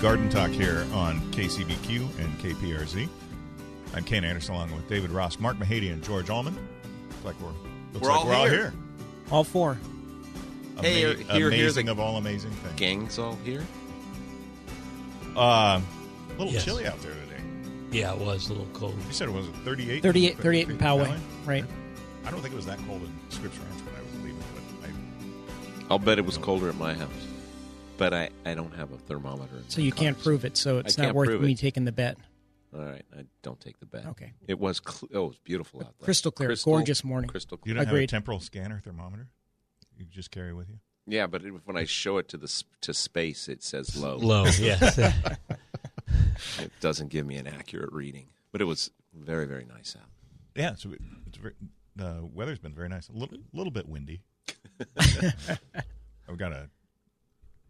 Garden Talk here on KCBQ and KPRZ. I'm Ken Anderson along with David Ross, Mark Mahady, and George Allman. Looks like we're, looks We're like all we're here. All four. all here. Hey, Ama- here- here- here's amazing a- of all amazing things. gang's all here. Uh, a little Yes. chilly out there today. Yeah, it was a little cold. You said it was 38? 38, 38 in Poway, Poway? right. I don't think it was that cold in Scripps Ranch when I was leaving, but I, I'll bet it was colder at my house, but I, I don't have a thermometer. In So you can't prove it, so it's I not can't worth prove me it. taking the bet. All right, I don't take the bet. Okay. It was cl- oh, it was beautiful out there. Crystal clear, gorgeous morning. Crystal you clear. don't have a Agreed. temporal scanner thermometer you just carry with you? Yeah, but it, when I show it to the s- to space, it says low. Low, yes. It doesn't give me an accurate reading, but it was very very nice out. Yeah, so it- it's very, the weather's been very nice. A little, little bit windy. I've got a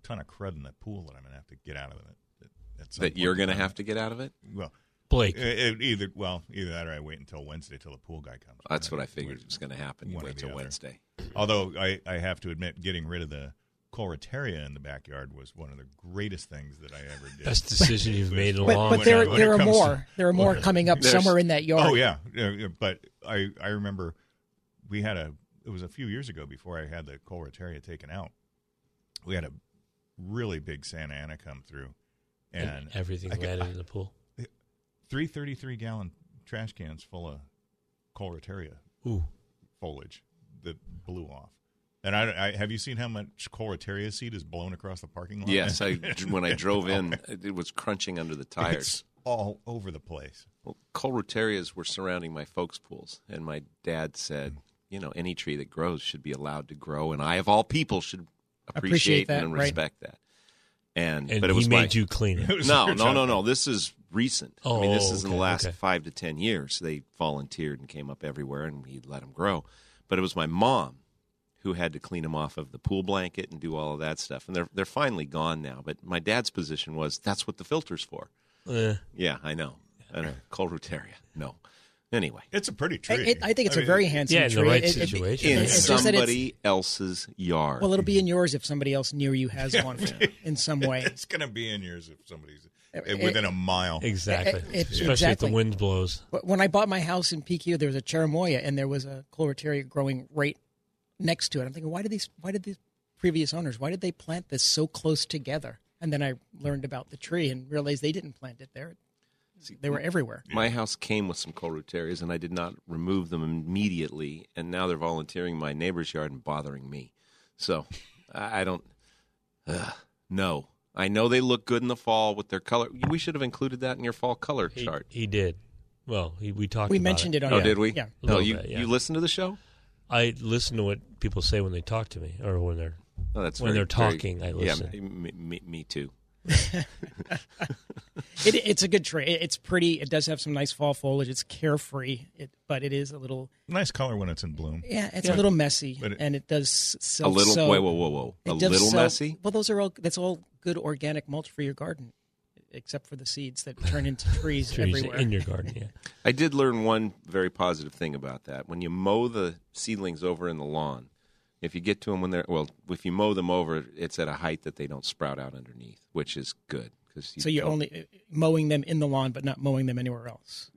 ton of crud in the pool that I'm gonna have to get out of it. At, at some That point you're in going to time. have to get out of it. Well, Blake, it, it- either well, either that or I wait until Wednesday till the pool guy comes. That's what I figured was going to happen. You One or wait the till other. Wednesday. Although I, I have to admit, getting rid of the chloroteria in the backyard was one of the greatest things that I ever did. best decision you've made in a But- long but when there, it- time. when there it are comes to- more. there are more when- coming up There's- somewhere in that yard. Oh yeah, Yeah, yeah, but I I remember we had a it was a few years ago before I had the colorateria taken out. We had a really big Santa Ana come through, And and everything I could- landed in the pool. three thirty three gallon trash cans full of colorateria Ooh. foliage that blew off. And I, I have you seen how much colorateria seed is blown across the parking lot? Yes, I when I drove in, it was crunching under the tires. It's all over the place. Well, coloraterias were surrounding my folks' pools, and my dad said, Mm-hmm. you know, any tree that grows should be allowed to grow, and I, of all people, should appreciate, Appreciate that, and right. respect that. And, And but it he was made my, you clean it. It was no, their no, no, job. no. This is recent. I mean, this Oh, is in okay, the last okay. five to ten years. They volunteered and came up everywhere, and he let them grow. But it was my mom who had to clean them off of the pool blanket and do all of that stuff. And they're they're finally gone now. But my dad's position was that's what the filter's for. Eh. Yeah, I know. I know. Colorateria. No. Anyway. It's a pretty I, tree. it- I think it's I a mean, very handsome yeah, in tree. the right It- it- it- situation. in it's just that it's- somebody else's yard. well, it'll be in yours if somebody else near you has one in some way. It's going to be in yours if somebody's eh, It- within a mile. Exactly. It- it's- Especially if exactly. the wind blows. But When I bought my house in PQ, there was a cherimoya and there was a chloroteria growing right next to it. I'm thinking, why did these? Why did these previous owners? Why did they plant this so close together? And then I learned about the tree and realized they didn't plant it there. They were everywhere. My house came with some coloraterias, and I did not remove them immediately. And now they're volunteering in my neighbor's yard and bothering me. So I I don't. Ugh, no, I know they look good in the fall with their color. We should have included that in your fall color He, chart. he did. Well, he, we talked We about mentioned it, on oh, our- did we? Yeah. A No, little you bit, yeah. you listen to the show? I listen to what people say when they talk to me or when they're. No, Oh, that's When very- they're very- talking, I Yeah, listen. me, me, me too. It, it's a good tree. It- It's pretty. It does have some nice fall foliage. It's carefree, it, but it is a little. Nice color when it's in bloom. Yeah, it's a little messy, But it- and it does a self. little. sow- whoa, whoa, whoa, whoa. it A does little sow- messy. Well, those are all. That's all good organic mulch for your garden, except for the seeds that turn into trees, Trees everywhere. in your garden, yeah. I did learn one very positive thing about that. When you mow the seedlings over in the lawn, if you get to them when they're well, if you mow them over, it's at a height that they don't sprout out underneath, which is good because so you're don't- only uh, mowing them in the lawn, but not mowing them anywhere else.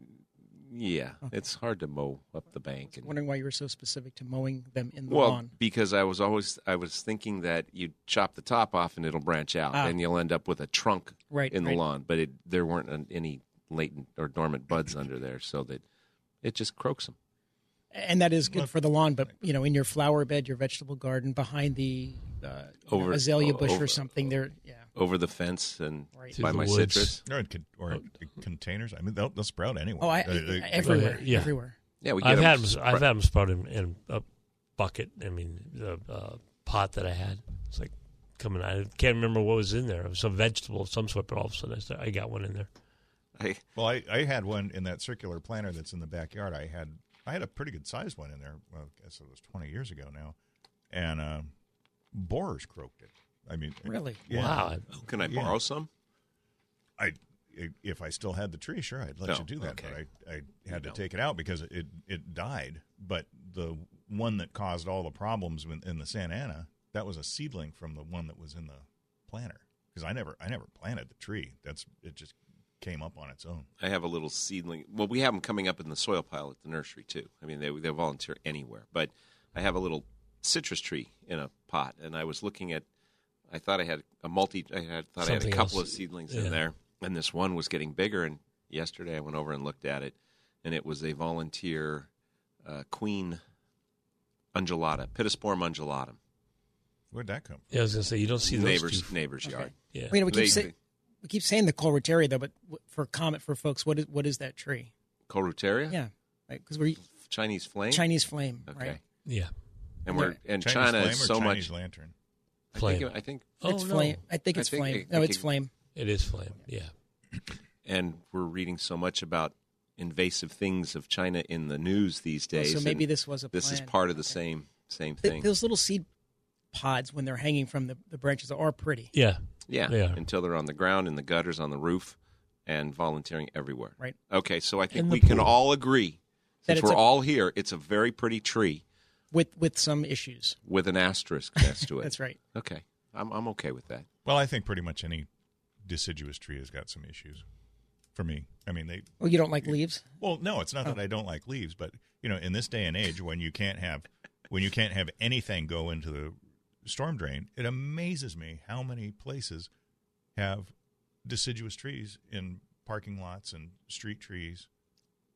yeah, it's hard to mow up the bank and wondering why you were so specific to mowing them in the well lawn. because I was always I was thinking that you chop the top off and it'll branch out Ah. and you'll end up with a trunk Right, in the right. lawn, but it, there weren't an- any latent or dormant buds under there, so that it just croaks them. and that is good for the lawn. But you know, in your flower bed, your vegetable garden, behind the uh, you know, Over- azalea bush over- or something, there, yeah, over the fence and Right. by Through the my woods. citrus. Or, in con- or in containers. I mean, they'll, they'll sprout Uh, anywhere. oh, I, They- they- everywhere, yeah. everywhere. Yeah, we get I've 'em had 'em- spr- I've had them sprout in, in a bucket. I mean, the uh, pot that I had. It's like coming. out. I can't remember what was in there. It was some vegetable of some sort. But all of a sudden, I, sta- I got one in there. I- Well, I, I had one in that circular planter that's in the backyard. I had I had a pretty good sized one in there. Well, I guess it was twenty years ago now, and uh, borers croaked it. I mean, it- Really? yeah. Wow. oh, can I Yeah. borrow some? I i- if I still had the tree, sure, I'd let Oh, you do that. okay. But I, I had to No. take it out because it it died. But the one that caused all the problems in, in the Santa Ana that was a seedling from the one that was in the planter because I never I never planted the tree. That's it just came up on its own. I have a little seedling. Well, we have them coming up in the soil pile at the nursery too. I mean, they they volunteer anywhere. But I have a little citrus tree in a pot, and I was looking at. I thought I had a multi. I had, thought I had a Something couple else. of seedlings Yeah. in there, and this one was getting bigger. And yesterday I went over and looked at it, and it was a volunteer uh, queen undulata, Pittosporum undulatum, Where'd that come? from? Yeah, I was gonna say you don't see those neighbors two- neighbors Okay. yard. Yeah. Well, you know, we keep They- say, we keep saying the chloroteria though, but w- for comment for folks, what is what is that tree? Coruteria, Yeah, because we're Chinese flame. Chinese flame, Okay. right? yeah. and we're and Chinese China flame is or so Chinese much. lantern. I Flame. think, I think Oh, it's flame. I think I it's think flame. it- no, I it's think- flame. Oh, Oh, It is flame. Yeah. and we're reading so much about invasive things of China in the news these Well, days. Oh, so maybe and this was a this is plan. part of the same same Th- thing. those little seed pods when they're hanging from the, the branches are pretty, Yeah. yeah, they are. until they're on the ground in the gutters, on the roof, and volunteering everywhere. right? Okay, so I think And the we can pool. all agree That since it's we're a- all here, it's a very pretty tree With with some issues. with an asterisk next to it. That's right. Okay, I'm I'm okay with that. Well, I think pretty much any deciduous tree has got some issues. For me, I mean, they. Well, Oh, you don't like leaves. Well, no, it's Oh. not that I don't like leaves, but you know, in this day and age, when you can't have, when you can't have anything go into the storm drain, it amazes me how many places have deciduous trees in parking lots and street trees,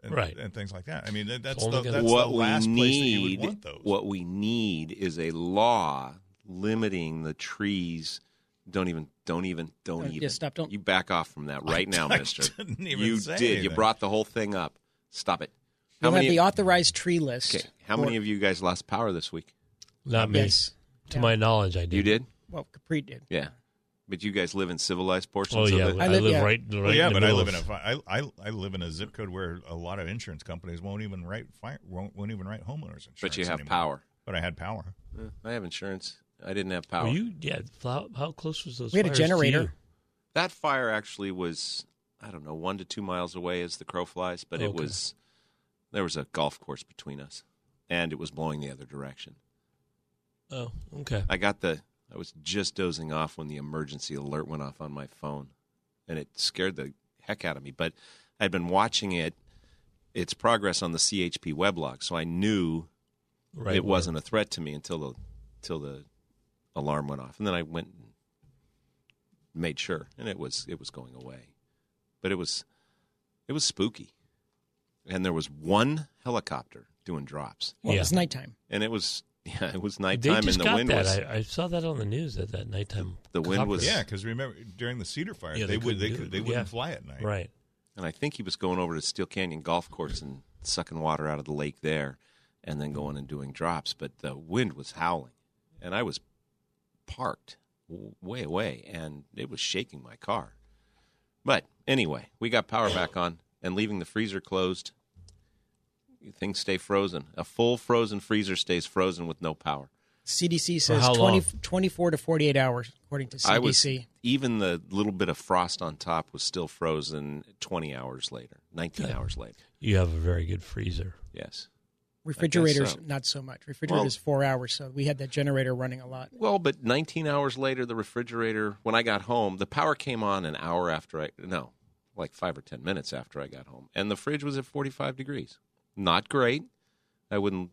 and, Right. and things like that. I mean, that, that's Only the, got- that's what the last we place that you would need, want those. what we need is a law limiting the trees. Don't even, don't even, don't No, even. just stop, don't- You back off from that right now, I Mister. didn't even you say did. You anything. brought the whole thing up. Stop it. You'll have the authorized tree list. okay, how many of you guys lost power this week? Not me. Yes. To my knowledge, I did. You did. Well, Capri did. Yeah, but you guys live in civilized Oh portions yeah. of it. I, I live, live- yeah. right. right Well, yeah, in the but I middle live in of- a fi- I, I I live in a zip code where a lot of insurance companies won't even write fire won't, won't even write homeowners insurance. but you have anymore. power. But I had power. Uh, I have insurance. I didn't Oh, have power. Were you? Yeah. How, how close was those? We had a fires to generator. you? That fire actually was, I don't know, one to two miles away as the crow flies, but it Okay. was, there was a golf course between us and it was blowing the other direction. Oh, okay. I got the, I was just dozing off when the emergency alert went off on my phone and it scared the heck out of me. But I'd been watching it, its progress on the CHP weblog, so I knew Right. it wasn't a threat to me until the till the alarm went off, and then I went and made sure, and it was it was going away, but it was it was spooky, and there was one helicopter doing drops, Well, Yeah. it was nighttime. and it was yeah it was They nighttime, just and the got wind that. was I, I saw that on the news that that nighttime. The wind was- copter- Yeah, because remember during the Cedar Fire, Yeah, they, they couldn't would they do could it. they wouldn't Yeah. fly at night. right. and I think he was going over to Steel Canyon Golf Course and sucking water out of the lake there, and then going and doing drops. But the wind was howling, and I was parked w- way away, and it was shaking my car. But anyway, we got power back on, and leaving the freezer closed, things stay frozen. A full frozen freezer stays frozen with no power. CDC For says how 20, long? 24 to 48 hours, according to CDC. I was even the little bit of frost on top was still frozen. Twenty hours later, nineteen Okay. hours later. You have a very good freezer. Yes. Refrigerators, so. not so much. Refrigerators, four hours. So we had that generator running a lot. Well, but 19 hours later, the refrigerator, when I got home, the power came on an hour after I, no, like five or 10 minutes after I got home. And the fridge was at 45 degrees. Not great. I wouldn't,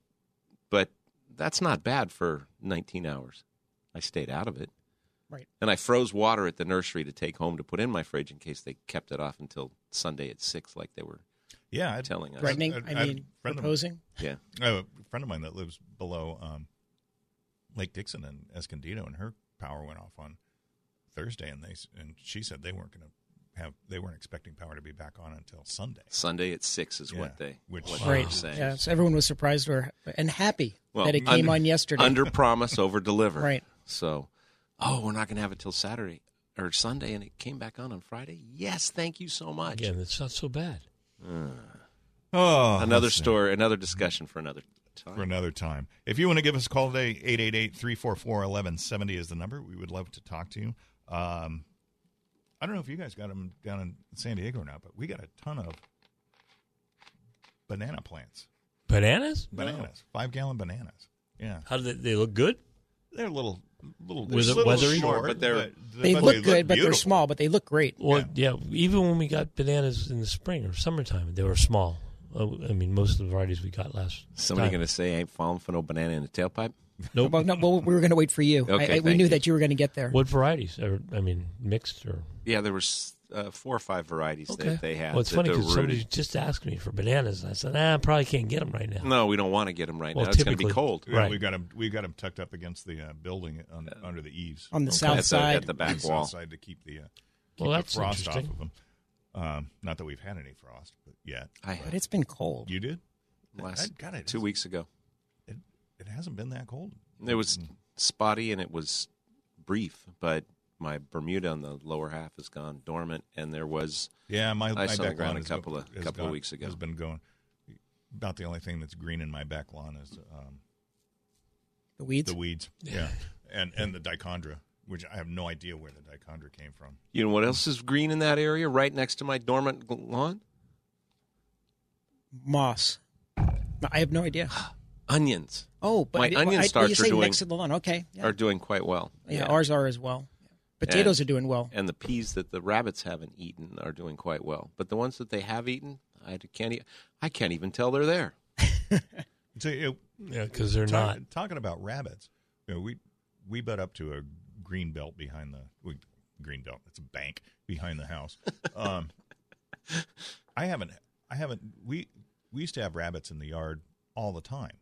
but that's not bad for 19 hours. I stayed out of it. Right. And I froze water at the nursery to take home to put in my fridge in case they kept it off until Sunday at six, like they were Yeah, I'd- telling us. Right. Threatening, I'd- I I'd mean, friend them. proposing. Yeah. I have a friend of mine that lives below um, Lake Dixon in Escondido, and her power went off on Thursday, and they s- and she said they weren't going to have they weren't expecting power to be back on until Sunday. Sunday at six is Yeah, what they which- what Wow. they Right. were saying. Yeah, so everyone was surprised or and happy Well, that it came under- on yesterday. Under promise, over deliver. Right. So, oh, we're not going to have it till Saturday or Sunday, and it came back on on Friday. Yes, thank you so much. Again, it's not so bad. Oh, Another story, another discussion for another time. for another time. If you want to give us a call today, 888-344-1170 is the number. We would love to talk to you. Um, I don't know if you guys got them down in San Diego or not, but we got a ton of banana plants. Bananas? Bananas. Five gallon bananas. Yeah. How do they, they look good? They're a little, little, Was it little weathery? short, But they're- they but look good, but they're beautiful. small. But they look great. Well, yeah. Even when we got bananas in the spring or summertime, they were small. Oh, I mean, most of the varieties we got last. Somebody time. going to say, "Ain't falling for no banana in the tailpipe." Nope. Well, no, well, we were going to wait for you. I- Okay, I- we thank knew you. that you were going to get there. What varieties? Or, I mean, mixed or Yeah, there were s- uh, four or five varieties that they had. Well, it's that funny they're because somebody rooted- just asked me for bananas, and I said, "Nah, I probably can't get them right now." No, we don't want to get them right Well, now. It's going to be typically- cold. Yeah, Right. We've got them, we've got 'em tucked up against the uh, building on, under the eaves. On the Okay. south At the, side. at the back south wall. side to keep the, uh, keep Well, the that's frost off interesting. of them. Um, not that we've had any frost but yet. I had but it's been cold. You did? last God, it two is- weeks ago. It, it hasn't been that cold. It was Hmm. spotty and it was brief, but my Bermuda on the lower half is gone dormant, and there was Yeah, my, my saw the back ground lawn a has couple been- of- has couple of gone- weeks ago. has been going. About the only thing that's green in my back lawn is um, The weeds. the weeds. Yeah, and and the dichondra, which I have no idea where the dichondra came from. You know what else is green in that area, right next to my dormant gl- lawn? moss. No, I have no idea. Onions Oh, but My it- onion I, starts you are say doing- next to the lawn. Okay. Yeah. are doing quite well. Yeah, ours are as well. Potatoes And- are doing well. and the peas that the rabbits haven't eaten are doing quite well, but the ones that they have eaten, I can't. E- I can't even tell they're there. So, it, Yeah, because they're talk- not. talking about rabbits. You know, we we butt up to a green belt behind the we, green belt. It's a bank behind the house. Um, I haven't I haven't we we used to have rabbits in the yard all the time.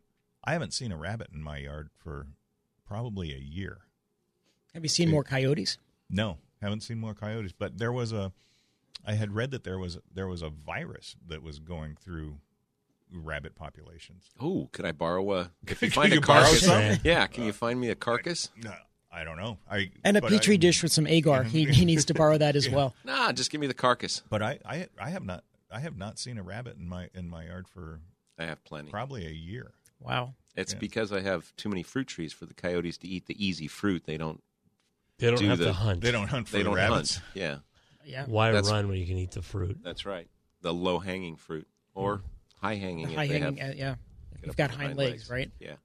I haven't seen a rabbit in my yard for probably a year. Have you seen more coyotes? No, haven't seen more coyotes. But there was a, I had read that there was there was a virus that was going through rabbit populations. Oh, could I borrow a? If you Can find you a borrow carcass, some? yeah, can you find me a carcass? No, I don't know. I And a but petri I- dish with some agar. He, he needs to borrow that as well. Nah, just give me the carcass. But I, I I have not I have not seen a rabbit in my in my yard for I have plenty. probably a year. Wow. It's Yeah. because I have too many fruit trees for the coyotes to eat the easy fruit. They don't. They don't do have the- to hunt. They don't hunt for They don't rabbits. hunt. Yeah, Yeah. Why That's- run when you can eat the fruit? that's right. The low hanging fruit or Hmm. high hanging. High hanging. uh, yeah. You've got hind legs, right? Yeah.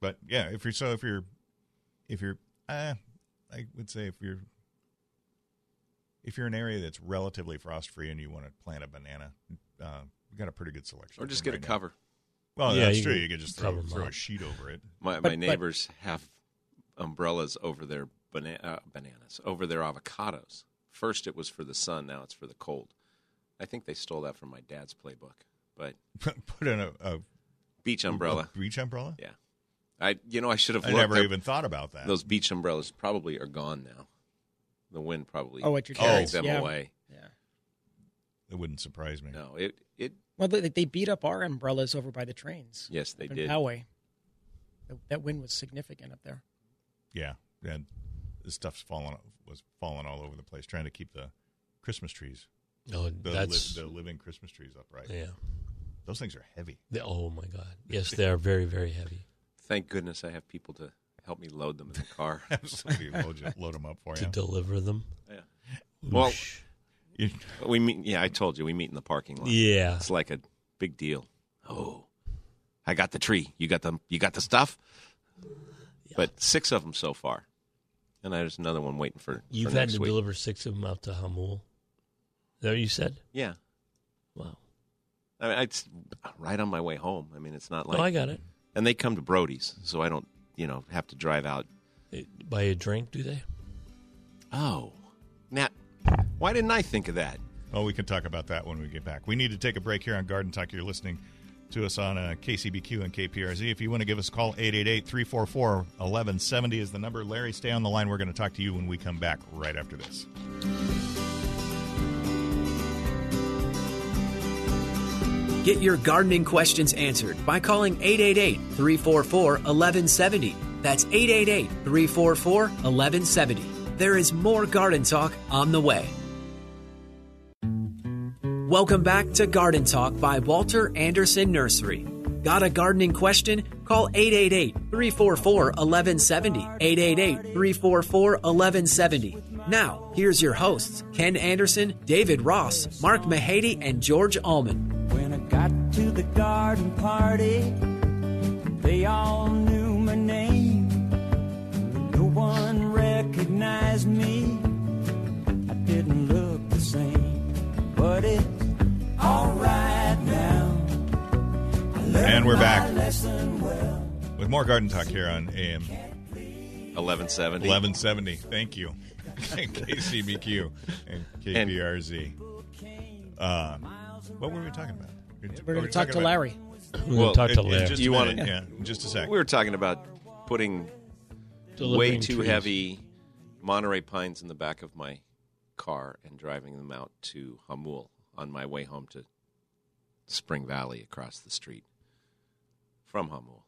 But yeah, if you're so if you're if you're uh, I would say if you're if you're in an area that's relatively frost free and you want to plant a banana, uh, we got a pretty good selection. Or of just them get a right now. cover. Well, Yeah, that's you true. can You could just cover throw, 'em throw a up. sheet over it. My But- my but- neighbors have umbrellas over their bana- uh, bananas, over their avocados. First it was for the sun, now it's for the cold. I think they stole that from my dad's playbook. But Put in a, a beach umbrella. a beach umbrella. Yeah. I you know I should have I looked. never They're- even thought about that. Those beach umbrellas probably are gone now. The wind probably Oh, at your carried dad's, them yeah. away. Yeah. it wouldn't surprise me. No, it it Well, they, they beat up our umbrellas over by the trains. yes they up in did. Poway. That- That wind was significant up there. Yeah, and the stuff's falling was falling all over the place, trying to keep the Christmas trees, No, the, Oh, that's li- the living Christmas trees upright. yeah. Those things are heavy. They- oh my God! Yes, they are very very heavy. Thank goodness I have people to help me load them in the car. Absolutely, load, you- load them up for to you. deliver them. Oh, Yeah. Well, Oosh. You- we meet. Yeah, I told you we meet in the parking lot. yeah, It's like a big deal. Oh, I got the tree. You got the you got the stuff. But six of them so far, and there's another one waiting for. for you've had next to week. deliver six of them out to Hamul. Is That what you said? Yeah, Wow. I mean, it's right on my way home. I mean, it's not like. oh, I got it. and they come to Brody's, so I don't, you know, have to drive out. They buy a drink, do they? Oh, now, why didn't I think of that? Oh, we can talk about that when we get back. We need to take a break here on Garden Talk. You're listening to us on uh, KCBQ and KPRZ. If you want to give us a call, 888 344 1170 is the number. Larry, stay on the line. We're going to talk to you when we come back right after this. Get your gardening questions answered by calling 888 344 1170. That's 888 344 1170. There is more garden talk on the way. Welcome back to Garden Talk by Walter Anderson Nursery. Got a gardening question? Call 888 344 1170. 888 344 1170. Now, here's your hosts Ken Anderson, David Ross, Mark Mahady, and George Allman. When I got to the garden party, they all knew my name. No one recognized me. I didn't look the same, but it's alright now. I learned And we're my back. lesson well. With more Garden Talk here on AM 1170. 1170. Thank you. KCBQ and KPRZ. Uh, what were we talking about? We're Oh, going to talk talking to about- Larry. We're Well, gonna talk to in- in Larry. just a You wanna- minute, yeah, in just a sec. We were talking about putting way Delivering too trees. heavy Monterey pines in the back of my car and driving them out to Hamul on my way home to Spring Valley across the street from Hamul.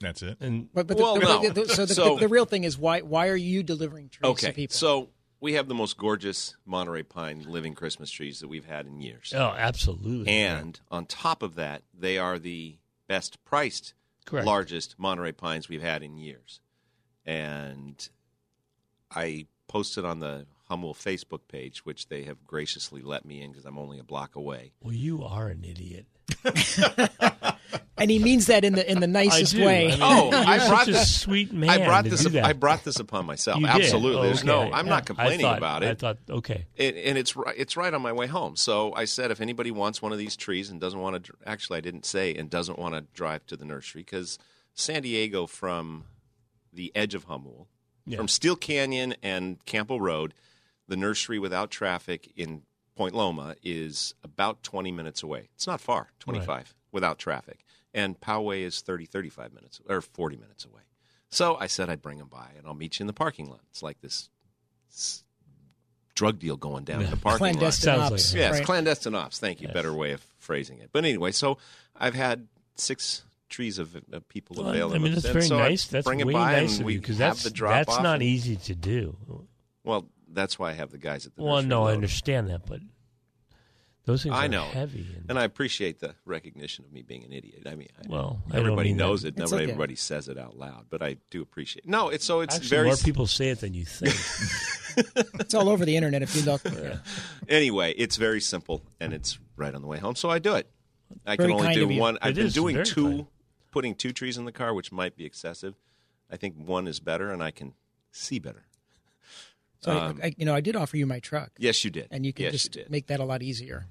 That's it. And But, but Well, the, no. the- the- so, the, So- the, the real thing is why why are you delivering trees okay, to people? so we have the most gorgeous Monterey pine living Christmas trees that we've had in years. oh, absolutely. And on top of that, they are the best priced, Correct. largest Monterey pines we've had in years. And I posted on the Hummel Facebook page, which they have graciously let me in because I'm only a block away. well, you are an idiot. and he means that in the in the nicest I do. way. I mean, Oh, you're I brought such a this- sweet man. I brought to this. do that. I brought this upon myself. You did. Absolutely. Oh, There's okay. no. Yeah. I'm not complaining I thought- about I it. thought, okay, it, and it's right, it's right on my way home. So I said, if anybody wants one of these trees and doesn't want to, dr- actually, I didn't say and doesn't want to drive to the nursery because San Diego from the edge of Humble, Yeah. from Steel Canyon and Campo Road, the nursery without traffic in Point Loma is about 20 minutes away. It's not far, 25 without traffic. And Poway is 30, 35 minutes or 40 minutes away. So I said I'd bring them by and I'll meet you in the parking lot. It's like this s- drug deal going down in the parking lot. Oh, Clandestine Sounds ops. like Yes, right. clandestine ops. Thank you. Better way of phrasing it. But anyway, so I've had six trees of, of people Well, available. I mean that's And very so I nice. That's bring way it by nice and of we you because have that's the drop that's off not and- easy to do. Well, that's why I have the guys at the. Well, nursery no, I load 'em. understand that, but those things I are know. heavy. And, And I appreciate the recognition of me being an idiot. I mean, I, well, I don't everybody mean that. knows it. It's Nobody, okay. everybody says it out loud, but I do appreciate. No, it's so it's Actually, very more people say it than you think. It's all over the internet if you look. anyway. It's very simple, and it's right on the way home, so I do it. I Very can only kind do of you. one. I've It been is doing very two, kind. putting two trees in the car, which might be excessive. I think one is better, and I can see better. So I, I, you know, I did offer you my truck, Yes, you did, and you could Um, yes, just you did. make that a lot easier,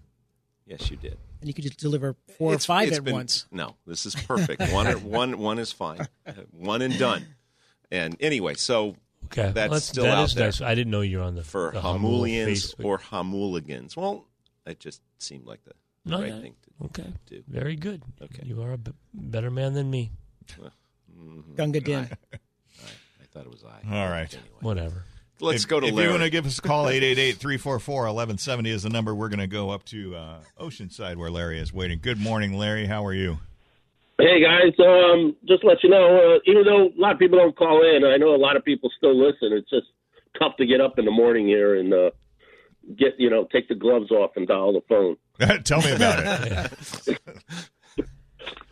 yes, you did. and you could just deliver four or It's- five it's at been- once. No, this is perfect. one, one, one is fine. Uh, One and done. And anyway, so Okay, That's Let's- still that out is there. nice. I didn't know you were on the for the Hamul Hamulians Facebook. or Hamuligans, well, it just seemed like the No, right that- thing to okay, do. very good. Okay. you are a b- better man than me. Mm, Gunga Din. I thought it was I. All right. Whatever. Let's if, go to if Larry. you want to give us a call, 888-344-1170 is the number. We're going to go up to uh, Oceanside where Larry is waiting. Good morning, Larry. How are you? Hey guys, um, just to let you know, uh, even though a lot of people don't call in, I know a lot of people still listen. It's just tough to get up in the morning here and uh, get you know take the gloves off and dial the phone. Tell me about it.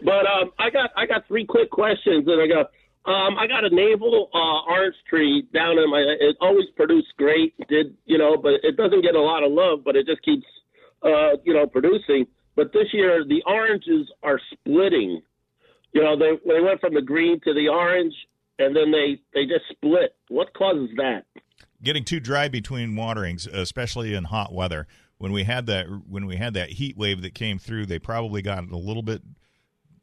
But um, I got I got three quick questions, and I got um, I got a navel uh, orange tree down in my. It always produced great, did you know? But it doesn't get a lot of love, but it just keeps uh, you know producing. But this year the oranges are splitting. You know they they went from the green to the orange, and then they they just split. What causes that? Getting too dry between waterings, especially in hot weather. When we had that when we had that heat wave that came through, they probably got a little bit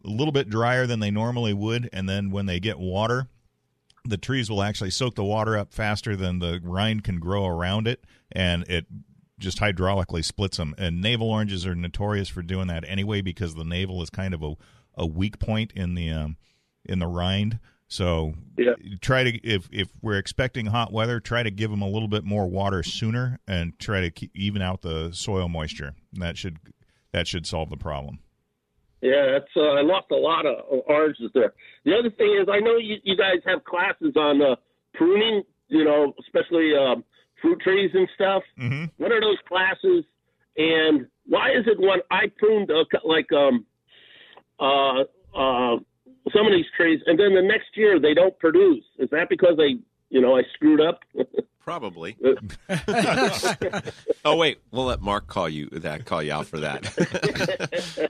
a little bit drier than they normally would, and then when they get water, the trees will actually soak the water up faster than the rind can grow around it, and it just hydraulically splits them. And navel oranges are notorious for doing that anyway because the navel is kind of a, a weak point in the um, in the rind. So Yeah. try to if if we're expecting hot weather, try to give them a little bit more water sooner and try to keep, even out the soil moisture. And that should that should solve the problem. Yeah, that's uh, I lost a lot of of oranges there. The other thing is, I know you, you guys have classes on uh, pruning, you know, especially um, fruit trees and stuff. Mm-hmm. What are those classes, and why is it when I pruned a, cou- like um, uh, uh, some of these trees, and then the next year they don't produce? Is that because they, you know, I screwed up? Probably. oh wait, we'll let Mark call you that call you out for that.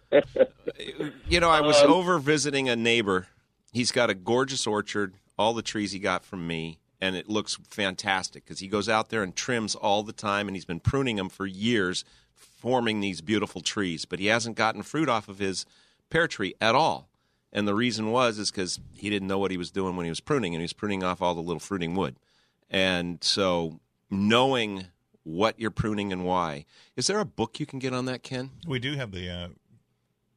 you know, I was over visiting a neighbor. He's got a gorgeous orchard, all the trees he got from me, and it looks fantastic cuz he goes out there and trims all the time and he's been pruning them for years, forming these beautiful trees, but he hasn't gotten fruit off of his pear tree at all. And the reason was is cuz he didn't know what he was doing when he was pruning and he was pruning off all the little fruiting wood. And so knowing what you're pruning and why. Is there a book you can get on that, Ken? We do have the uh,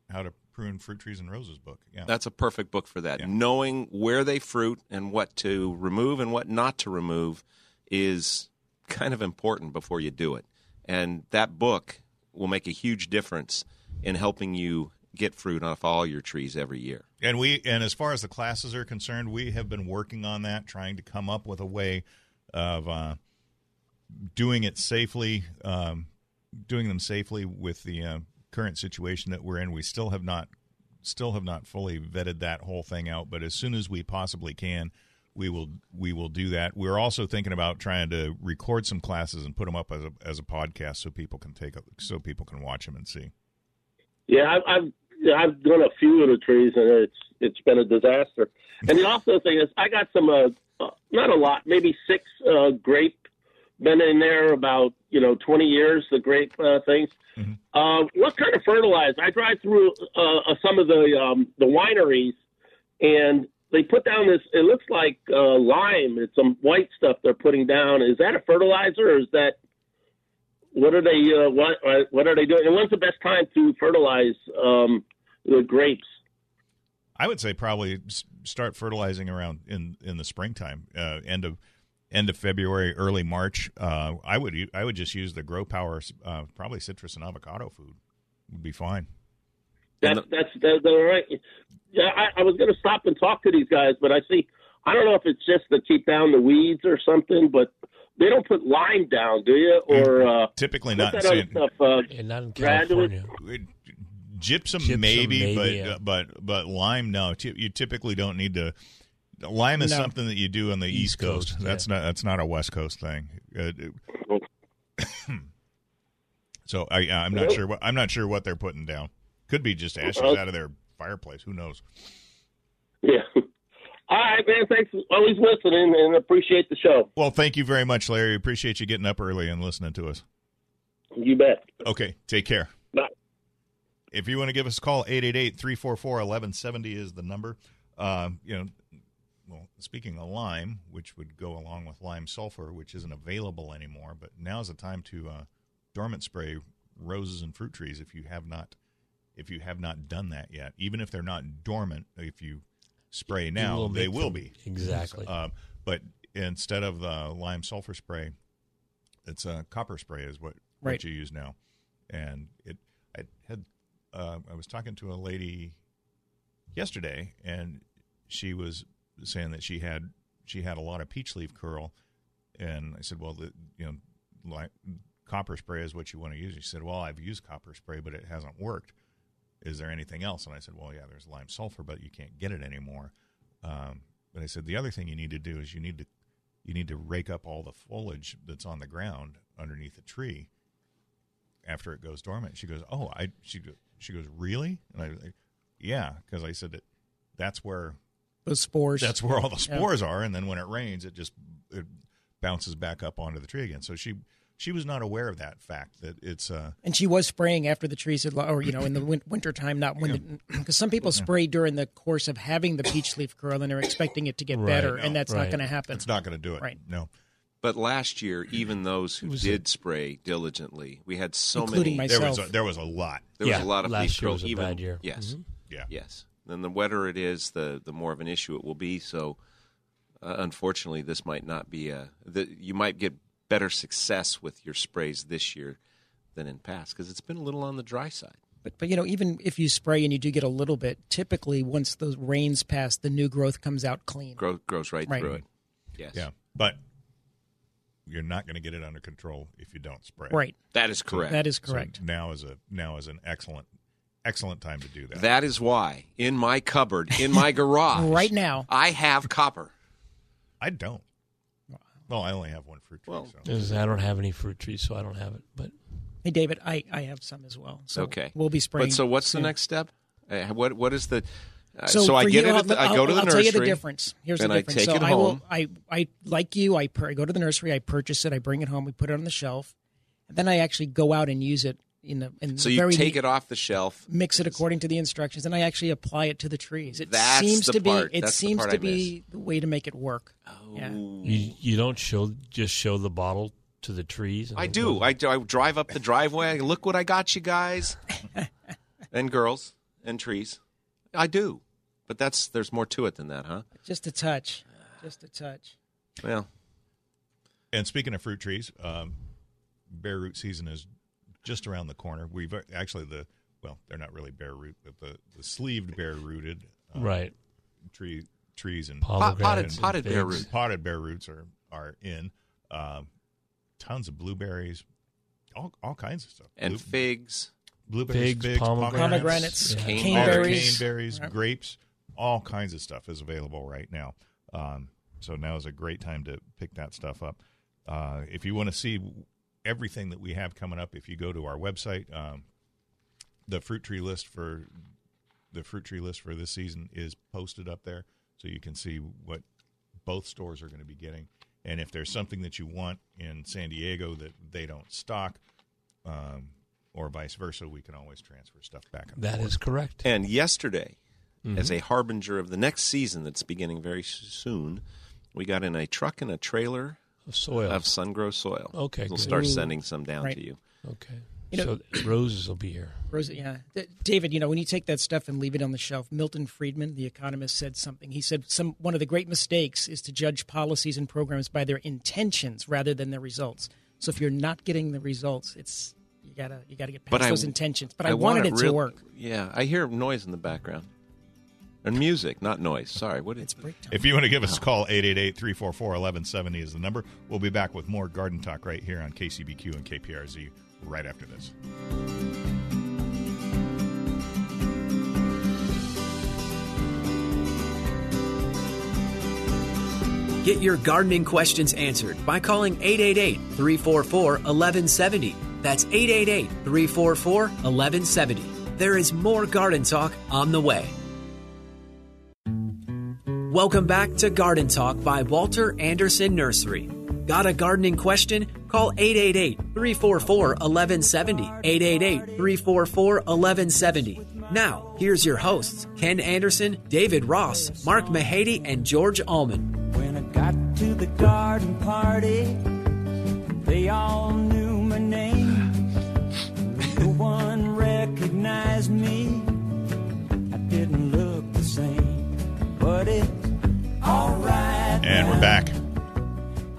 how to prune fruit trees and roses book. Yeah. That's a perfect book for that. Yeah. Knowing where they fruit and what to remove and what not to remove is kind of important before you do it. And that book will make a huge difference in helping you get fruit off all your trees every year. And we and as far as the classes are concerned, we have been working on that, trying to come up with a way of uh, doing it safely, um, doing them safely with the uh, current situation that we're in. We still have not still have not fully vetted that whole thing out, but as soon as we possibly can, we will we will do that. We're also thinking about trying to record some classes and put them up as a, as a podcast so people can take a, so people can watch them and see. Yeah, I've I've, yeah, I've done a few of the trees, and it's it's been a disaster. And the also thing is, I got some uh, uh not a lot, maybe six uh, grape been in there about you know twenty years. The grape uh, things. Uh, what kind of fertilizer? I drive through uh, uh, some of the um, the wineries, and they put down this. It looks like uh, lime. It's some white stuff they're putting down. Is that a fertilizer, or is that what are they uh, what uh, what are they doing and when's the best time to fertilize um, the grapes I would say probably s- start fertilizing around in in the springtime, uh, end of end of February, early March. Uh, I would u- I would just use the Grow Power, uh, probably citrus and avocado food would be fine. that's that's that's all right yeah I, I was going to stop and talk to these guys but i see i don't know if it's just to keep down the weeds or something but they don't put lime down do you or uh Typically what's Mm-hmm. not that other saying stuff uh, and not in Graduate- California. gypsum, Gypsum, maybe, maybe, but yeah. but but lime no. Ty- you typically don't need to. Lime is No. something that you do on the East, East Coast. Coast, That's not that's not a West Coast thing. Uh, so I I'm not sure what I'm not sure what they're putting down. Could be just ashes Uh, out of their fireplace. Who knows? yeah all right man thanks always listening and appreciate the show Well, thank you very much, Larry. Appreciate you getting up early and listening to us. you bet Okay, take care. Bye. If you want to give us a call, 888-344-1170 is the number. Uh, you know, well, speaking of lime, which would go along with lime sulfur, which isn't available anymore, but now's the time to uh, dormant spray roses and fruit trees if you have not if you have not done that yet. Even if they're not dormant, if you spray You now, they make will them- be. exactly. Uh, but instead of the lime sulfur spray, it's a copper spray is what, what Right. you use now. And it, I had, uh, I was talking to a lady yesterday, and she was saying that she had she had a lot of peach leaf curl, and I said, well, the you know, like copper spray is what you want to use. She said, well, I've used copper spray, but it hasn't worked. Is there anything else? And I said, well, yeah, there's lime sulfur, but you can't get it anymore. Um, but I said the other thing you need to do is you need to you need to rake up all the foliage that's on the ground underneath the tree after it goes dormant. She goes, "Oh, I." She go- she goes, "Really?" And I was like, "Yeah," because I said that that's where Those spores. that's where all the spores are, and then when it rains, it just it bounces back up onto the tree again. So she she was not aware of that fact that it's uh and she was spraying after the trees had, lo- or you know, in the win- winter time, not when, because some people spray during the course of having the peach leaf curl and they're expecting it to get Right. better, No, and that's right. not going to happen. it's not going to do it. Right. No. But last year, even those who did spray diligently, we had so Including many. myself. There was a, Self. there was a lot. there was Yeah, a lot of last leaf year curl. was a even bad year. Mm-hmm. yes, Yeah. yes. Then the wetter it is, the the more of an issue it will be. So, uh, unfortunately, this might not be a. The, you might get better success with your sprays this year than in past because it's been a little on the dry side. But but you know, even if you spray and you do get a little bit, typically once those rains pass, the new growth comes out clean. Grow, grows right, Right. through it. Yes, Yeah. But you're not going to get it under control if you don't spray. Right. that is correct. That is So correct. now is a now is an excellent excellent time to do that. That is why in my cupboard, in my garage, Right now. I have copper. I don't. Well, I only have one fruit tree. Well, so. Because I don't have any fruit trees, so I don't have it. But Hey David, I, I have some as well. So okay, We'll be spraying. But so, what's soon. the next step? Uh, what what is the? Uh, So, so, I for get you, it. I'll, At the, I I'll- go to the I'll nursery. tell you the difference. Here's and the I difference. take so it I will. home. I I like you. I, pur- I go to the nursery. I purchase it. I bring it home. We put it on the shelf. And then I actually go out and use it in the. In So the you very take it off the shelf. mix it according to the instructions, and I actually apply it to the trees. It That's seems the to be part- it that's the seems part I Oh. to be the way to make it work. Yeah. Hmm. you, you don't show just show the bottle to the trees. I do. I do. I drive up the driveway. Look what I got, you guys, and girls, and trees. I do, but that's there's more to it than that, huh? Just a touch. Just a touch. Well, And speaking of fruit trees, um, bare root season is just around the corner. We've actually the well, they're not really bare root, but the, the sleeved bare rooted uh, right. tree trees and Pomegranates and potted- potted bare figs. root. potted bare roots are are in. Um, tons of blueberries, all all kinds of stuff. and Blue- figs. blueberries, Figs, Pomegranates, pomegranates. Yeah. caneberries. caneberries, Right. grapes, all kinds of stuff is available right now. Um, so now is a great time to pick that stuff up. Uh, if you want to see everything that we have coming up, if you go to our website, um, the fruit tree list for the fruit tree list for this season is posted up there, so you can see what both stores are going to be getting. And if there's something that you want in San Diego that they don't stock, um, or vice versa, we can always transfer stuff back. And That forth. is correct. And yesterday, Mm-hmm. as a harbinger of the next season that's beginning very s- soon, we got in a truck and a trailer Soil. of sungrow soil. Okay, we'll good. start Ooh. sending some down Right. to you. Okay. You know- so roses will be here. Rose, yeah. D- David, you know, when you take that stuff and leave it on the shelf, Milton Friedman, the economist, said something. He said some one of the great mistakes is to judge policies and programs by their intentions rather than their results. So if you're not getting the results, it's you gotta you gotta get past But I- those intentions. But I, want wanted it to real- work. Yeah, I hear noise in the background. And music, not noise. Sorry, what It's is break time. If you want to give us a call, 888 344 1170 is the number. We'll be back with more garden talk right here on KCBQ and KPRZ right after this. Get your gardening questions answered by calling 888 344 1170. That's 888 344 1170. There is more garden talk on the way. Welcome back to Garden Talk by Walter Anderson Nursery. Got a gardening question? Call 888 344 1170. 888 344 1170. Now, here's your hosts Ken Anderson, David Ross, Mark Mahady, and George Allman. When I got to the garden party, they all knew my name. No one recognized me. I didn't look the same, but it's alright. And we're back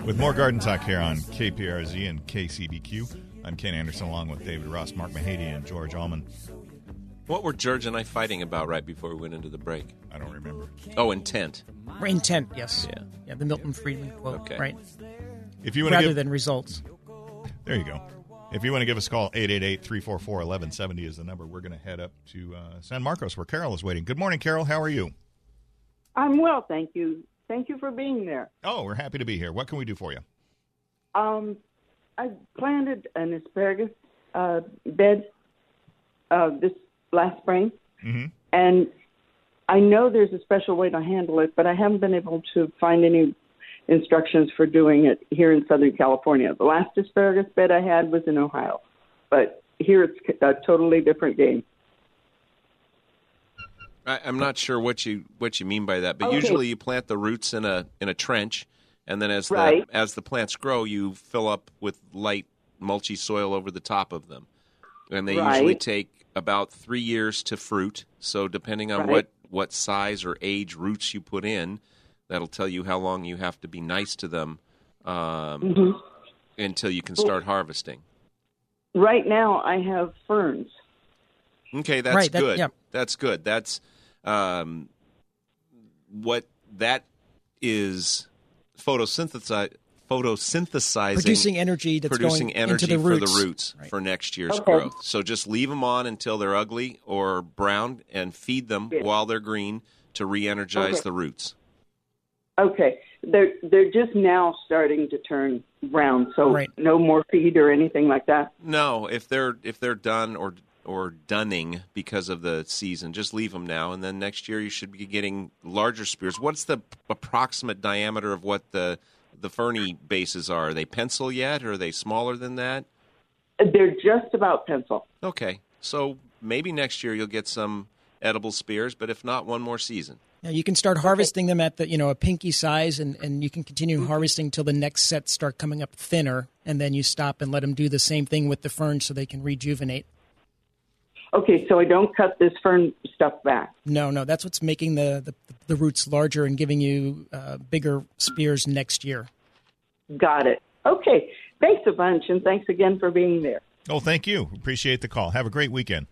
with more garden talk here on KPRZ and KCBQ. I'm Ken Anderson along with David Ross, Mark Mahady, and George Allman. What were George and I fighting about right before we went into the break? I don't remember. Oh, intent. Intent, yes. Yeah. Yeah, the Milton Friedman quote. Okay. Right. If you want to Rather give, than results. there you go. If you want to give us a call, 888 344 1170 is the number. We're going to head up to uh, San Marcos where Carol is waiting. Good morning, Carol. How are you? I'm well, thank you. Thank you for being there. Oh, we're happy to be here. What can we do for you? Um, I planted an asparagus uh, bed uh, this last spring, Mm-hmm. and I know there's a special way to handle it, but I haven't been able to find any instructions for doing it here in Southern California. The last asparagus bed I had was in Ohio, but here it's a totally different game. I, I'm not sure what you what you mean by that, but Okay. usually you plant the roots in a in a trench, and then as Right. the as the plants grow, you fill up with light mulchy soil over the top of them, and they usually Right. take about three years to fruit. So depending on Right. what what size or age roots you put in, that'll tell you how long you have to be nice to them um, Mm-hmm. until you can start harvesting. Right now, I have ferns. Okay, that's Right, that- good. yeah. That's good. That's um, what that is photosynthesi- photosynthesizing Producing energy that's producing going energy into the for roots. the roots Right. for next year's Okay. growth. So just leave them on until they're ugly or brown and feed them Yeah. while they're green to re-energize Okay. the roots. Okay, they're they're just now starting to turn brown, so Right. no more feed or anything like that. No, if they're if they're done or or dunning because of the season, just leave them now, and then next year you should be getting larger spears. What's the approximate diameter of what the the ferny bases are? Are they pencil yet, or are they smaller than that? They're just about pencil. Okay, so maybe next year you'll get some edible spears, but if not, one more season. Now you can start harvesting them at the you know a pinky size, and and you can Mm-hmm. continue harvesting till the next sets start coming up thinner, and then you stop and let them do the same thing with the ferns so they can rejuvenate. Okay, so I don't cut this fern stuff back. No, no, that's what's making the the, the roots larger and giving you uh, bigger spears next year. Got it. Okay, thanks a bunch, and thanks again for being there. Oh, thank you. Appreciate the call. Have a great weekend.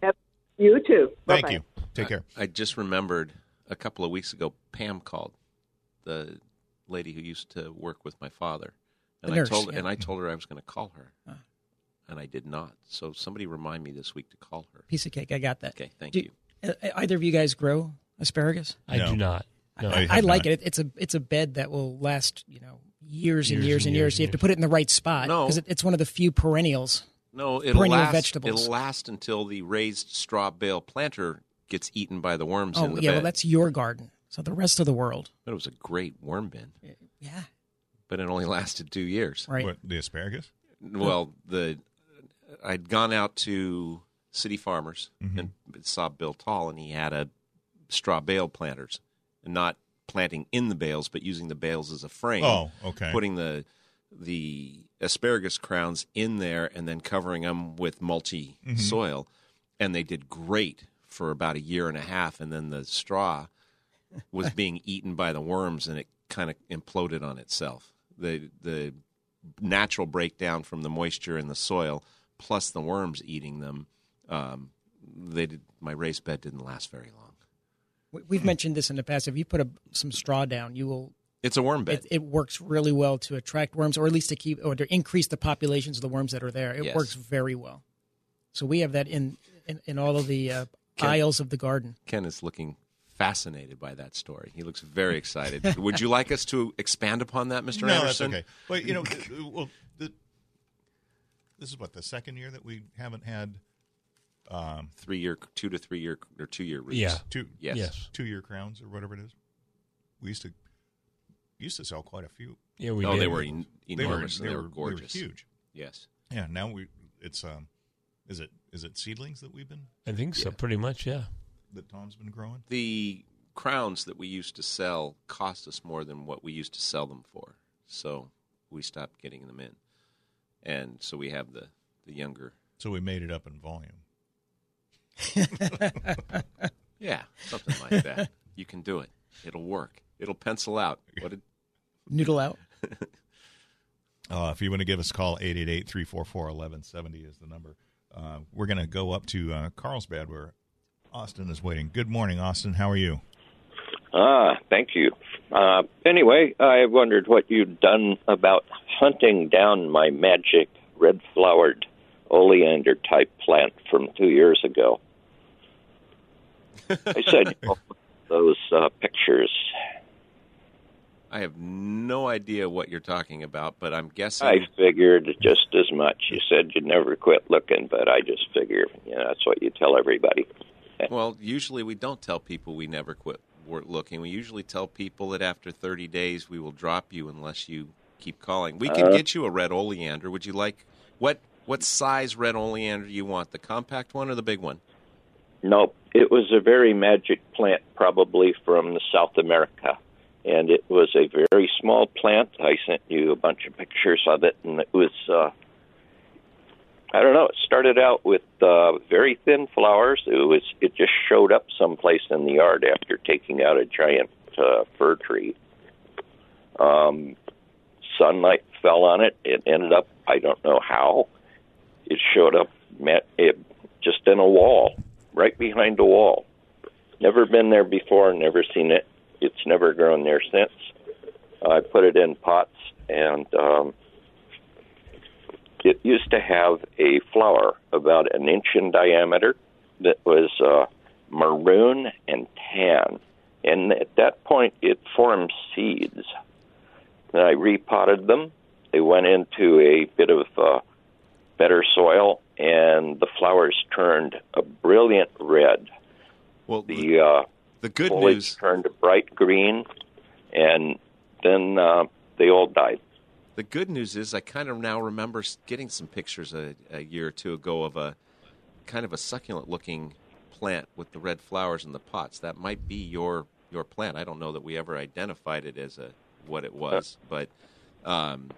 You too. Thank Bye-bye. you. Take care. I just remembered a couple of weeks ago, Pam called the lady who used to work with my father, and The I nurse, told yeah. Ah. and I told her I was going to call her, and I did not. So somebody remind me this week to call her. Piece of cake, I got that. Okay, thank Do- you. uh, either of you guys grow asparagus? I No. do not. No. I- I, have like not. it. It's a it's a bed that will last you know years, and Years years and and years years. You have to put it in the right spot No. because it, it's one of the few perennials. No, it'll Perennial last. vegetables. It'll last until the raised straw bale planter gets eaten by the worms Oh in the yeah, bed. well that's your garden. So the rest of the world, But it was a great worm bin, yeah, but it only lasted two years. right. What, the asparagus? Well, the I'd gone out to City Farmers Mm-hmm. and saw Bill Tall, and he had a straw bale planters, and not planting in the bales, but using the bales as a frame. Oh, okay. Putting the the asparagus crowns in there and then covering them with mulchy Mm-hmm. soil, and they did great for about a year and a half, and then the straw was being eaten by the worms, and it kind of imploded on itself. The the natural breakdown from the moisture in the soil, plus the worms eating them. Um, they did, my raised bed didn't last very long. We- We've mentioned this in the past. If you put a, some straw down, you will. It's a worm bed. It, it works really well to attract worms, or at least to keep or to increase the populations of the worms that are there. It Yes. works very well. So we have that in in, in all of the uh, aisles of the garden. Ken is looking fascinated by that story. He looks very excited. Would you like us to expand upon that, Mr. No, that's Anderson? okay. But you know, uh, well, the, this is what the second year that we haven't had um, Three year, two to three year, or two year roots. Yeah. two Yes. Yes. two year crowns or whatever it is. We used to used to sell quite a few. Yeah, we no, did. Oh, they were en- enormous. They were, and they were gorgeous. huge. Yes. Yeah. Now we it's um, is it is it seedlings that we've been I think so, Yeah. pretty much, yeah. that Tom's been growing? The crowns that we used to sell cost us more than what we used to sell them for, so we stopped getting them in, and so we have the the younger. So we made it up in volume. Yeah, something like that. You can do it. It'll work. It'll pencil out. What did Noodle out. Uh, if you want to give us a call, 888-344-1170 is the number. Uh, we're going to go up to uh, Carlsbad where Austin is waiting. Good morning, Austin. How are you? Ah, thank you. Uh, anyway, I wondered what you'd done about hunting down my magic red flowered oleander type plant from two years ago. I said you know, those uh, pictures. I have no idea what you're talking about, but I'm guessing. I figured just as much. You said you'd never quit looking, but I just figure you know that's what you tell everybody. Well, usually we don't tell people we never quit wor- looking. We usually tell people that after 30 days we will drop you unless you keep calling. We can get you a red oleander. Would you like what what size red oleander you want? The compact one or the big one? Nope. It was a very magic plant, probably from South America. and it was a very small plant. I sent you a bunch of pictures of it, and it was uh, I don't know. It started out with uh, very thin flowers. It was it just showed up someplace in the yard after taking out a giant uh, fir tree. Um, sunlight fell on it. It ended up I don't know how. It showed up met it just in a wall, right behind a wall. Never been there before. Never seen it. It's never grown there since. I put it in pots and. Um, it used to have a flower about an inch in diameter that was uh, maroon and tan. And at that point, it formed seeds. And I repotted them. They went into a bit of uh, better soil, and the flowers turned a brilliant red. Well, the, The uh, the good foliage news turned a bright green, and then uh, they all died. the good news is I kind of now remember s- getting some pictures a, a year or two ago of a kind of a succulent looking plant with the red flowers in the pots. That might be your your plant. I don't know that we ever identified it as a what it was, but um,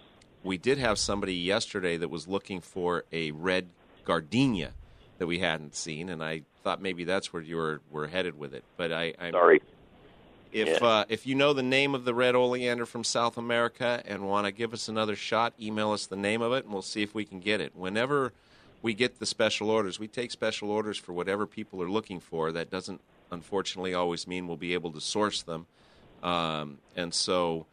we did have somebody yesterday that was looking for a red gardenia that we hadn't seen, and I thought maybe that's where you were, were headed with it. But I, I'm Sorry. if Yeah. uh, if you know the name of the red oleander from South America and want to give us another shot, email us the name of it, and we'll see if we can get it. Whenever we get the special orders, we take special orders for whatever people are looking for. That doesn't unfortunately always mean we'll be able to source them, um, and so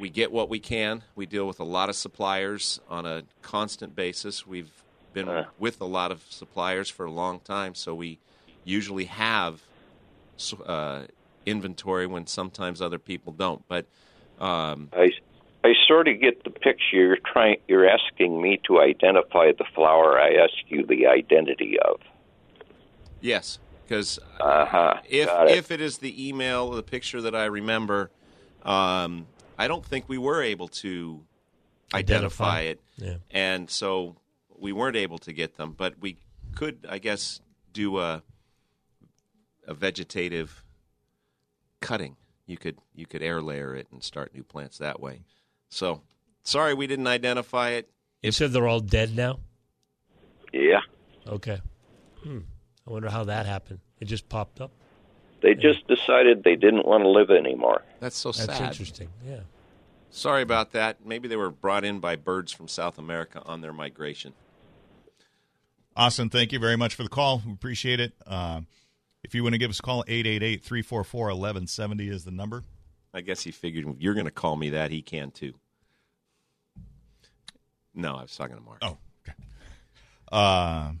we get what we can. We deal with a lot of suppliers on a constant basis. We've been Uh. with a lot of suppliers for a long time, so we usually have s- uh, inventory when sometimes other people don't. But um, I I sort of get the picture you're trying you're asking me to identify the flower I ask you the identity of. yes, because Uh-huh. if Got it. if it is the email, the picture that I remember, um, I don't think we were able to Identify. identify, it, Yeah. and so we weren't able to get them. But we could, I guess, do a a vegetative cutting. You could you could air layer it and start new plants that way. So sorry we didn't identify it. You said they're all dead now? Yeah. Okay. Hmm. I wonder how that happened. It just popped up. They just decided they didn't want to live anymore. That's so That's sad. interesting. Yeah. Sorry about that. Maybe they were brought in by birds from South America on their migration. Austin, thank you very much for the call. We appreciate it. Um, if you want to give us a call, 888 344 1170 is the number. I guess he figured if you're going to call me that. He can too. No, I was talking to Mark. Oh, okay. Uh,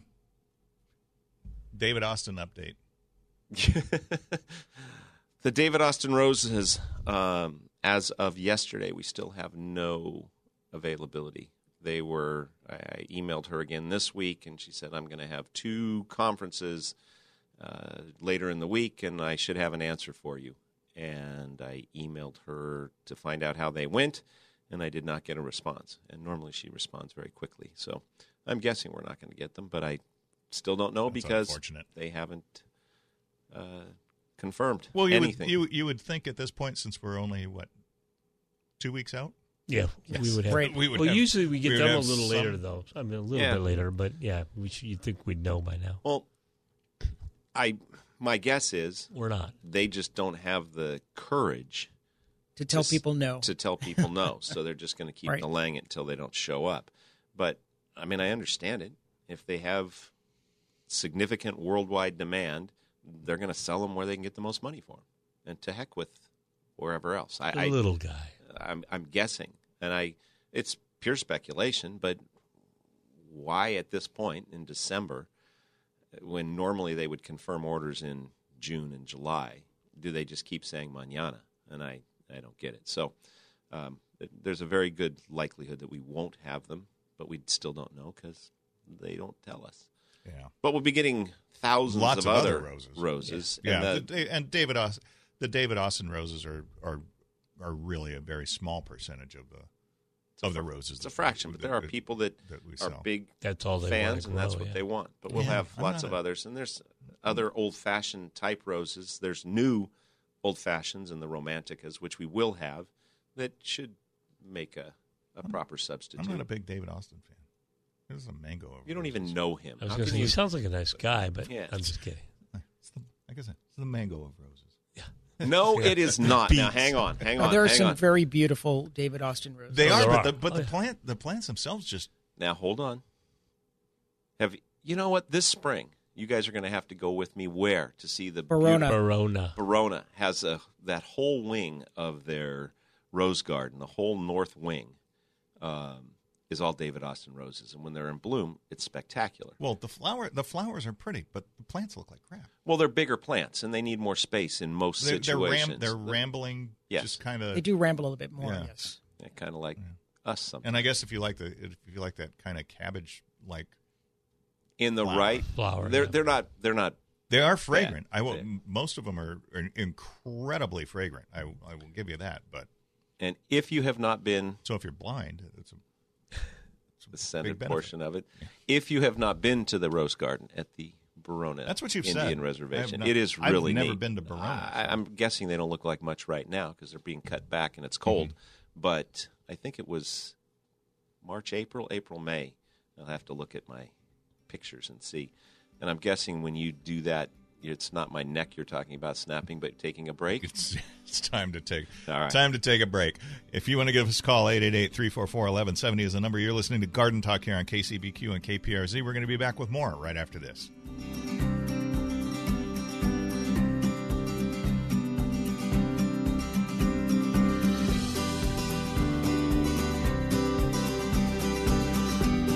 David Austin update. the David Austin Roses, um, as of yesterday, we still have no availability. They were, I, I emailed her again this week, and she said, I'm going to have two conferences uh, later in the week, and I should have an answer for you. And I emailed her to find out how they went, and I did not get a response. And normally she responds very quickly. So I'm guessing we're not going to get them, but I still don't know That's Oh, because unfortunate. they haven't uh, confirmed Well, you anything. would, you, you would think at this point, since we're only, what, two weeks out? Yeah. We would have. Right. We would well, have- usually we get would them a have little some- later, though. I mean, a little Yeah. bit later, but yeah, we should, you'd think we'd know by now. Well, I my guess is We're not. they just don't have the courage to tell s- people Oh. no. to tell people no, so they're just going to keep Right. delaying it until they don't show up. But I mean, I understand it. If they have significant worldwide demand, they're going to sell them where they can get the most money for 'em. and to heck with wherever else. I, The I little guy. I'm I'm guessing, and I it's pure speculation, but why at this point in December, when normally they would confirm orders in June and July, do they just keep saying mañana? And I I don't get it. So um, th- there's a very good likelihood that we won't have them, but we still don't know because they don't tell us. Yeah. But we'll be getting thousands Lots of other other roses. roses. Yeah, and uh, the- the, Da- and David Austin, the David Austin roses are are are really a very small percentage of the a of the fr- roses. It's a that- fraction, but that- there are that- people that, that we are sell. big That's all they fans, wanna and that's grow, what yeah. they want. But we'll Yeah, have I'm lots not of a- others, and there's other old-fashioned type roses. There's new old fashions and the romanticas, which we will have, that should make a, a proper substitute. I'm not a big David Austin fan. This is a mango. Over you don't here. even know him. I was How going to can say, you- he sounds like a nice guy, but Yeah. I'm just kidding. It's the, like I said, it's the mango of roses. no, it is not. Now, Beats. hang on, hang Now, on, Uh, there are hang some on. very beautiful David Austin roses. They Oh, are, there but are. the but Oh, the yeah. plant the plants themselves just Now hold on. Have you know what? This spring, you guys are going to have to go with me where to see the Verona. beautiful- Barona. Verona has a that whole wing of their rose garden, the whole north wing, um, is all David Austin roses, and when they're in bloom, it's spectacular. well the flower the flowers are pretty, but the plants look like crap. Well, they're bigger plants, and they need more space in most They're, they're, ram, situations. they're rambling, Yes. just kind They of. do ramble a little bit more. Yeah. Yes. kind of like us. Something And I guess if you like the if you like that kind of cabbage like in the Flower. right Flower, They're yeah. they're not they're not They are fragrant. I will. Yeah. Most of them are, are incredibly fragrant. I, I will give you that. But And if you have not been so if you're blind, it's a, it's a the big scented benefit. portion of it, if you have not been to the Rose Garden at the Barona, That's what you've Indian said. I have Reservation, not- it is I've really. never neat. been to Barona, I, so. I'm guessing they don't look like much right now because they're being cut back and it's Mm-hmm. cold. But I think it was March, April, April, May. I'll have to look at my pictures and see. And I'm guessing when you do that, it's not my neck you're talking about snapping, but taking a break. It's, it's time to take All right. time to take a break. If you want to give us a call, 888-344-1170 is the number. You're listening to Garden Talk here on KCBQ and KPRZ. We're going to be back with more right after this.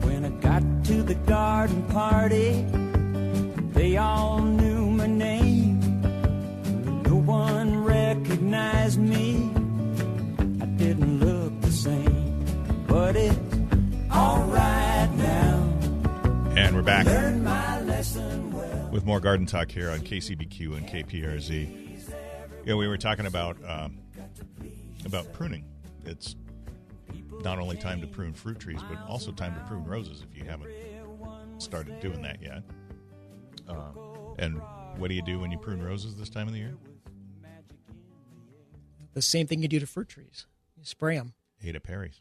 When I got to the garden party, they all knew my name. No one recognized me. I didn't look the same, but it's alright now. And we're back Learned my lesson well. with more Garden Talk here on KCBQ and KPRZ. Yeah, we were talking about um, about pruning. It's not only time to prune fruit trees, but also time to prune roses if you haven't started doing that yet. Um, and what do you do when you prune roses this time of the year? The same thing you do to fruit trees. You spray them. Ada Perry's.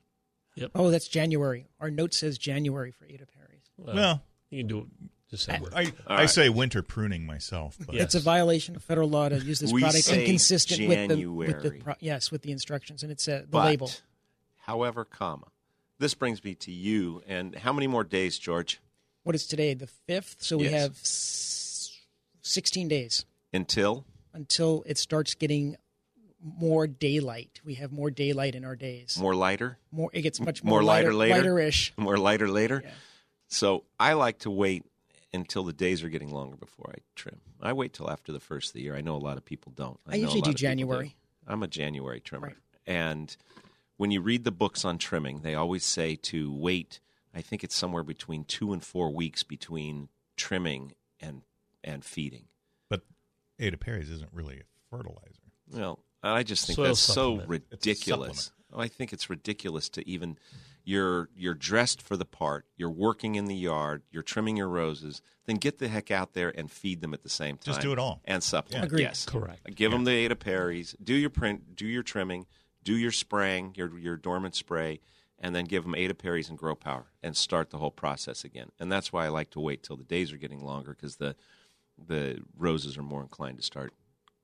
Oh, that's January. Our note says January for Ada Perry's. Well, Well, you can do it December. I, All I right. say winter pruning myself, but Yeah. It's a violation of federal law to use this We product say inconsistent with the, with the January. pro- yes with the instructions and it's a, the but, label. however, comma. This brings me to you. And how many more days, George, What is today? The fifth. So we Yes. have s- sixteen days until until it starts getting more daylight. We have more daylight in our days. more lighter? More, it gets much more more, lighter later? lighterish. more lighter later. Yeah. So I like to wait until the days are getting longer before I trim. I wait till after the first of the year. I know a lot of people don't. I know a usually lot do of people January. I'm a January trimmer. Right. And when you read the books on trimming, they always say to wait, I think it's somewhere between 2 and 4 weeks between trimming and and feeding. but Ada Perry's isn't really a fertilizer. Well, I just think Soil that's supplement. so ridiculous. Oh, I think it's ridiculous to even you're you're dressed for the part, you're working in the yard, you're trimming your roses, then get the heck out there and feed them at the same time. Just do it all. and supplement. Yeah. Agreed. Yes, Correct. Give them the Ada Perry's. Do your print. Do your trimming. Do your spraying. Your your dormant spray. And then give them Ada Perry's and Grow Power and start the whole process again. And that's why I like to wait till the days are getting longer because the the roses are more inclined to start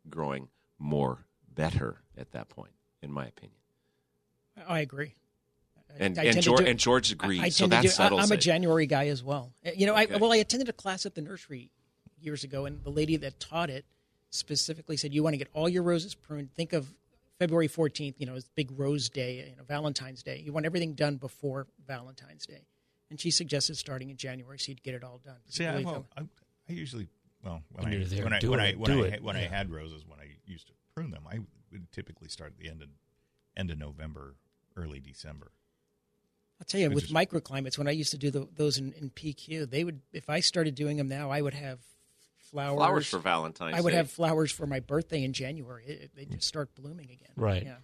growing more better at that point, in my opinion. I agree. And I and, tend to George, do- and George agrees, I, I so tend to that do- I- settles I'm a it. January guy as well. Uh, You know, Okay. I well, I attended a class at the nursery years ago, and the lady that taught it specifically said, "You want to get all your roses pruned. Think of February 14th. You know, as big rose day, you know, Valentine's Day. You want everything done before Valentine's Day." And she suggested starting in January, so you'd get it all done. See, I, Really well, felt- I, I usually well when When I you're there, when I do when it, I when, do I, it. had- when I Yeah. had roses when I used to prune them. I would typically start at the end of end of November, early December. I'll tell you, It's with just- microclimates, when I used to do the, those in, in PQ, they would. If I started doing them now, I would have flowers. Flowers for Valentine's I would Day. have flowers for my birthday in January. It, it- they just start blooming again. Right. Yeah.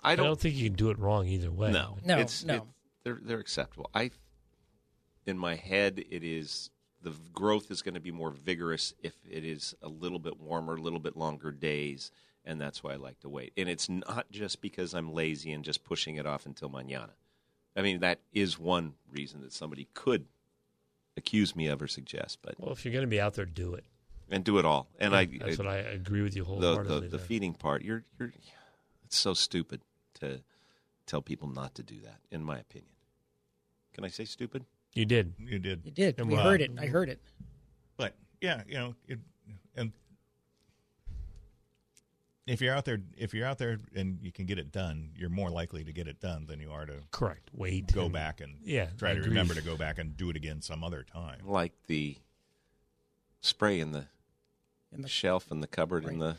I I don't, don't think you can do it wrong either way. No, No, it's, no. it- they're they're acceptable. I, in my head, it is the v- growth is going to be more vigorous if it is a little bit warmer, a little bit longer days, and that's why I like to wait. And it's not just because I'm lazy and just pushing it off until mañana. I mean, that is one reason that somebody could accuse me of or suggest, but Well, if you're going to be out there, do it. and do it all. And I, That's I- what I agree with you the wholeheartedly. the, the there. feeding part. You're you're it's so stupid to tell people not to do that. In my opinion, can I say stupid? You did. You did You did. And we wow. heard it. I heard it. But yeah, you know, it, and if you're out there, if you're out there and you can get it done, you're more likely to get it done than you are to Correct. Wait. go back and Yeah, try I to agree. remember to go back and do it again some other time. Like the spray in the, In the- shelf in the cupboard in the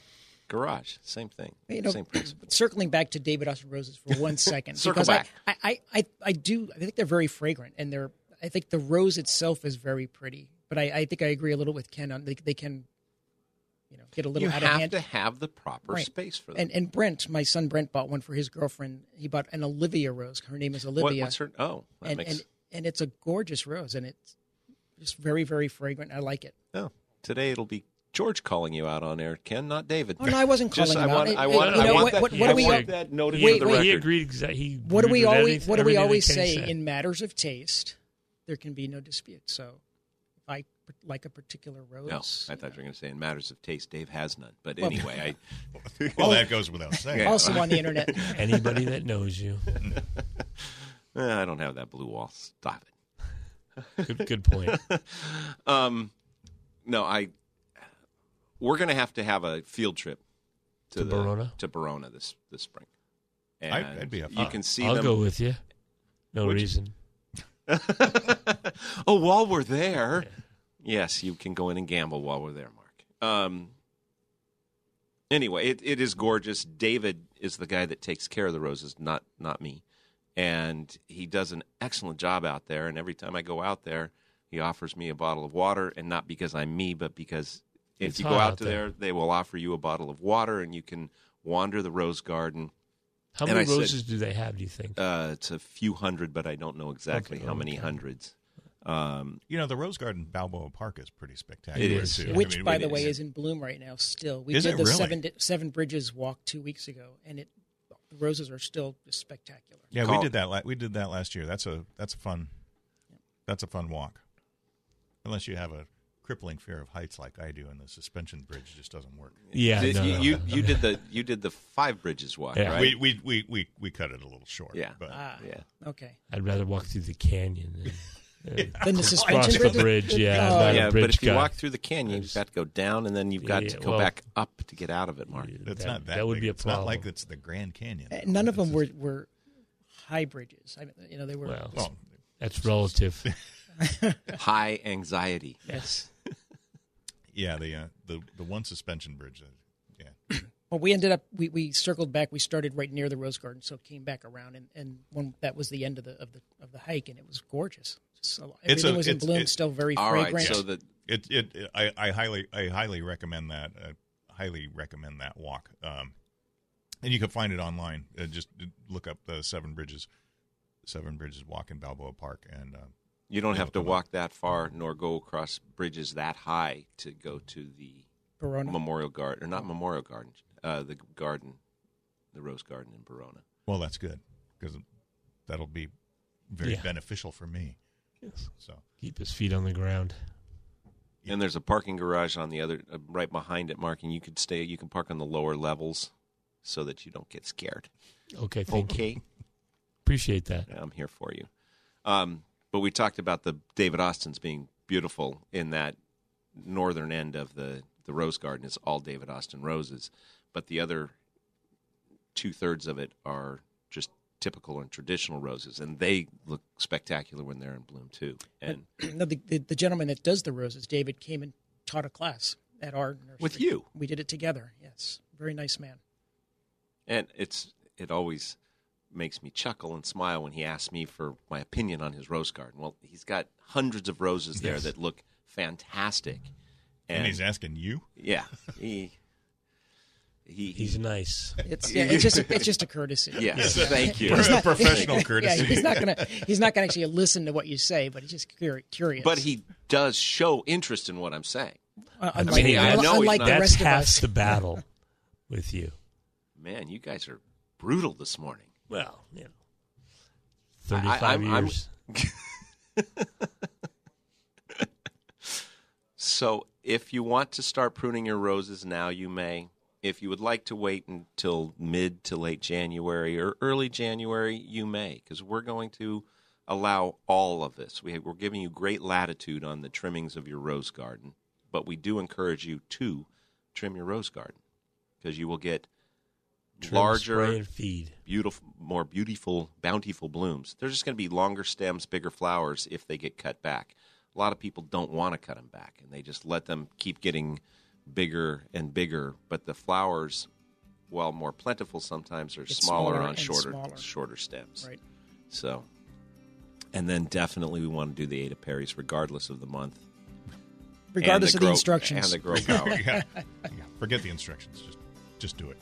garage. Same thing. You know, Same principle. circling back to David Austin Roses for one second, Circle because back. I, I, I, I do. I think they're very fragrant, and they're. I think the rose itself is very pretty, but I, I think I agree a little with Ken on they, they can, you know, get a little you out of have hand. to have the proper Right. space for that. and and Brent, my son Brent, bought one for his girlfriend. He bought an Olivia rose. Her name is What- Olivia, what's her? Oh, that and makes. and and it's a gorgeous rose, and it's just very very fragrant. I like it. oh, today it'll be. George calling you out on air, Ken, not David. Oh, no, I wasn't Just- calling him out. I want, It- I it- want, you I know want what- that, what- I what do we- want that noted Wait, for the wait. He record. agreed exactly. He What do we agreed with always anything- What do we everything that always Ken say said. in matters of taste? There can be no dispute. So, if I p- like a particular rose, No, I thought you were going to say in matters of taste, Dave has none. But Well- anyway, Well, that goes without saying. Yeah. also on the internet. anybody that knows you? I eh, I don't have that blue wall. Stop it. Good, good point. Um, no, I. We're going to have to have a field trip To the- Verona? to Verona this this spring. And I- I'd be up for You it. can see I'll them. go with you. No Would you- reason. oh, while we're there, yes, you can go in and gamble while we're there, Mark. Um, anyway, it, it is gorgeous. David is the guy that takes care of the roses, not not me, and he does an excellent job out there. And every time I go out there, he offers me a bottle of water, and not because I'm me, but because if It's you hot go out, out to there. there, they will offer you a bottle of water, and you can wander the rose garden. How And many I said- roses do they have? Do you think? Uh, it's a few hundred, but I don't know exactly Okay, how many okay. hundreds. Um, You know, the Rose Garden in Balboa Park is pretty spectacular. It is, too. yeah. Which, I mean, by we- the way, is in bloom right now. Still, we Is did it the really? seven di- seven bridges walk two weeks ago, and it the roses are still just spectacular. yeah, we Call- did that. La- we did that last year. That's a that's a fun that's a fun walk. Unless you have a crippling fear of heights like I do, and the suspension bridge just doesn't work. Yeah, Did- no, you, no, you, no. you did the you did the five bridges walk, Yeah. right? We, we we we we cut it a little short. Yeah. but Ah, yeah. okay. I'd rather walk through the canyon than uh, Then the cross suspension the bridge. bridge. Yeah, Oh. I'm not a yeah, bridge but if you guy. walk through the canyon, you've got to go down, and then you've got Yeah, to go well- back up to get out of it, Mark. it's that, not that. would big. be a it's problem. not like it's the Grand Canyon. Uh, None of It's them were just- were high bridges. I mean, you know, they were. Well, Well, that's relative. High anxiety. yes. yeah, the uh, the the one suspension bridge. That, yeah, Well, we ended up we, we circled back. We started right near the rose garden, so it came back around, and and when that was the end of the of the of the hike, and it was gorgeous. Just a, It's everything a- was in it's- bloom, it's- still very All right, fragrant. so that it, it it I, I highly I highly recommend that. I highly recommend that walk. Um, and you can find it online. Uh, just look up the Seven Bridges, Seven Bridges Walk in Balboa Park, and uh, you don't have to Come on. walk that far nor go across bridges that high to go to the Verona. Memorial Garden, or not Memorial Garden, uh, the garden, the Rose Garden in Verona. well, that's good because that'll be very Yeah. beneficial for me. Yes. So Keep his feet on the ground. And there's a parking garage on the other, uh, right behind it, Mark, and you could stay, you can park on the lower levels so that you don't get scared. Okay, thank you. Okay. Appreciate that. I'm here for you. Um, but we talked about the David Austin's being beautiful in that northern end of the, the rose garden is all David Austin roses, but the other two thirds of it are just typical and traditional roses, and they look spectacular when they're in bloom too. And no, the, the the gentleman that does the roses, David, came and taught a class at our nursery. With you? we did it together. Yes, very nice man. And it's it always makes me chuckle and smile when he asks me for my opinion on his rose garden. Well, he's got hundreds of roses there Yes. that look fantastic. And, he's asking you. yeah, he he He's nice. It's yeah, it's just it's just a courtesy. Yes, thank you. He's not- Professional Yeah, courtesy. he's not gonna he's not gonna actually listen to what you say, but he's just curi- curious. But he does show interest in what I'm saying. Uh, I mean, unlike, I unlike know he's unlike not- the That's rest of half us. the battle with you. Man, you guys are brutal this morning. Well, you know, I- I- 35 I'm- I'm- years. So, if you want to start pruning your roses now, you may. If you would like to wait until mid to late January or early January, you may, because we're going to allow all of this. We, we're giving you great latitude on the trimmings of your rose garden, but we do encourage you to trim your rose garden because you will get Trim, larger spray, and feed. beautiful, more beautiful, bountiful blooms. They're just going to be longer stems, bigger flowers if they get cut back. A lot of people don't want to cut them back, and they just let them keep getting bigger and bigger. But the flowers, while more plentiful, sometimes are Get smaller, smaller on and shorter, smaller. shorter stems. Right. So, and then definitely we want to do the Aedoparis regardless of the month, and Regardless of the grow- instructions. and the grow power. Oh, yeah. yeah. Forget the instructions. Just just do it.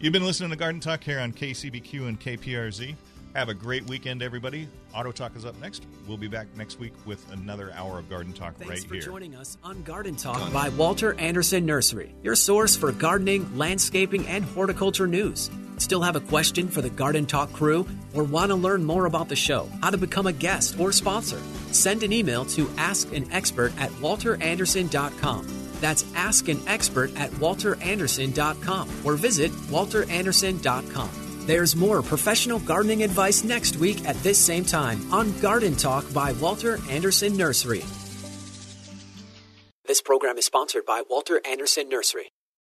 You've been listening to Garden Talk here on KCBQ and KPRZ. Have a great weekend, everybody. Auto Talk is up next. We'll be back next week with another hour of Garden Talk Thanks right for here. joining us on Garden Talk by Walter Anderson Nursery, your source for gardening, landscaping, and horticulture news. Still have a question for the Garden Talk crew or want to learn more about the show, how to become a guest or sponsor? Send an email to askanexpert at walteranderson.com. That's ask an expert at walteranderson.com or visit walteranderson.com. There's more professional gardening advice next week at this same time on Garden Talk by Walter Anderson Nursery. This program is sponsored by Walter Anderson Nursery.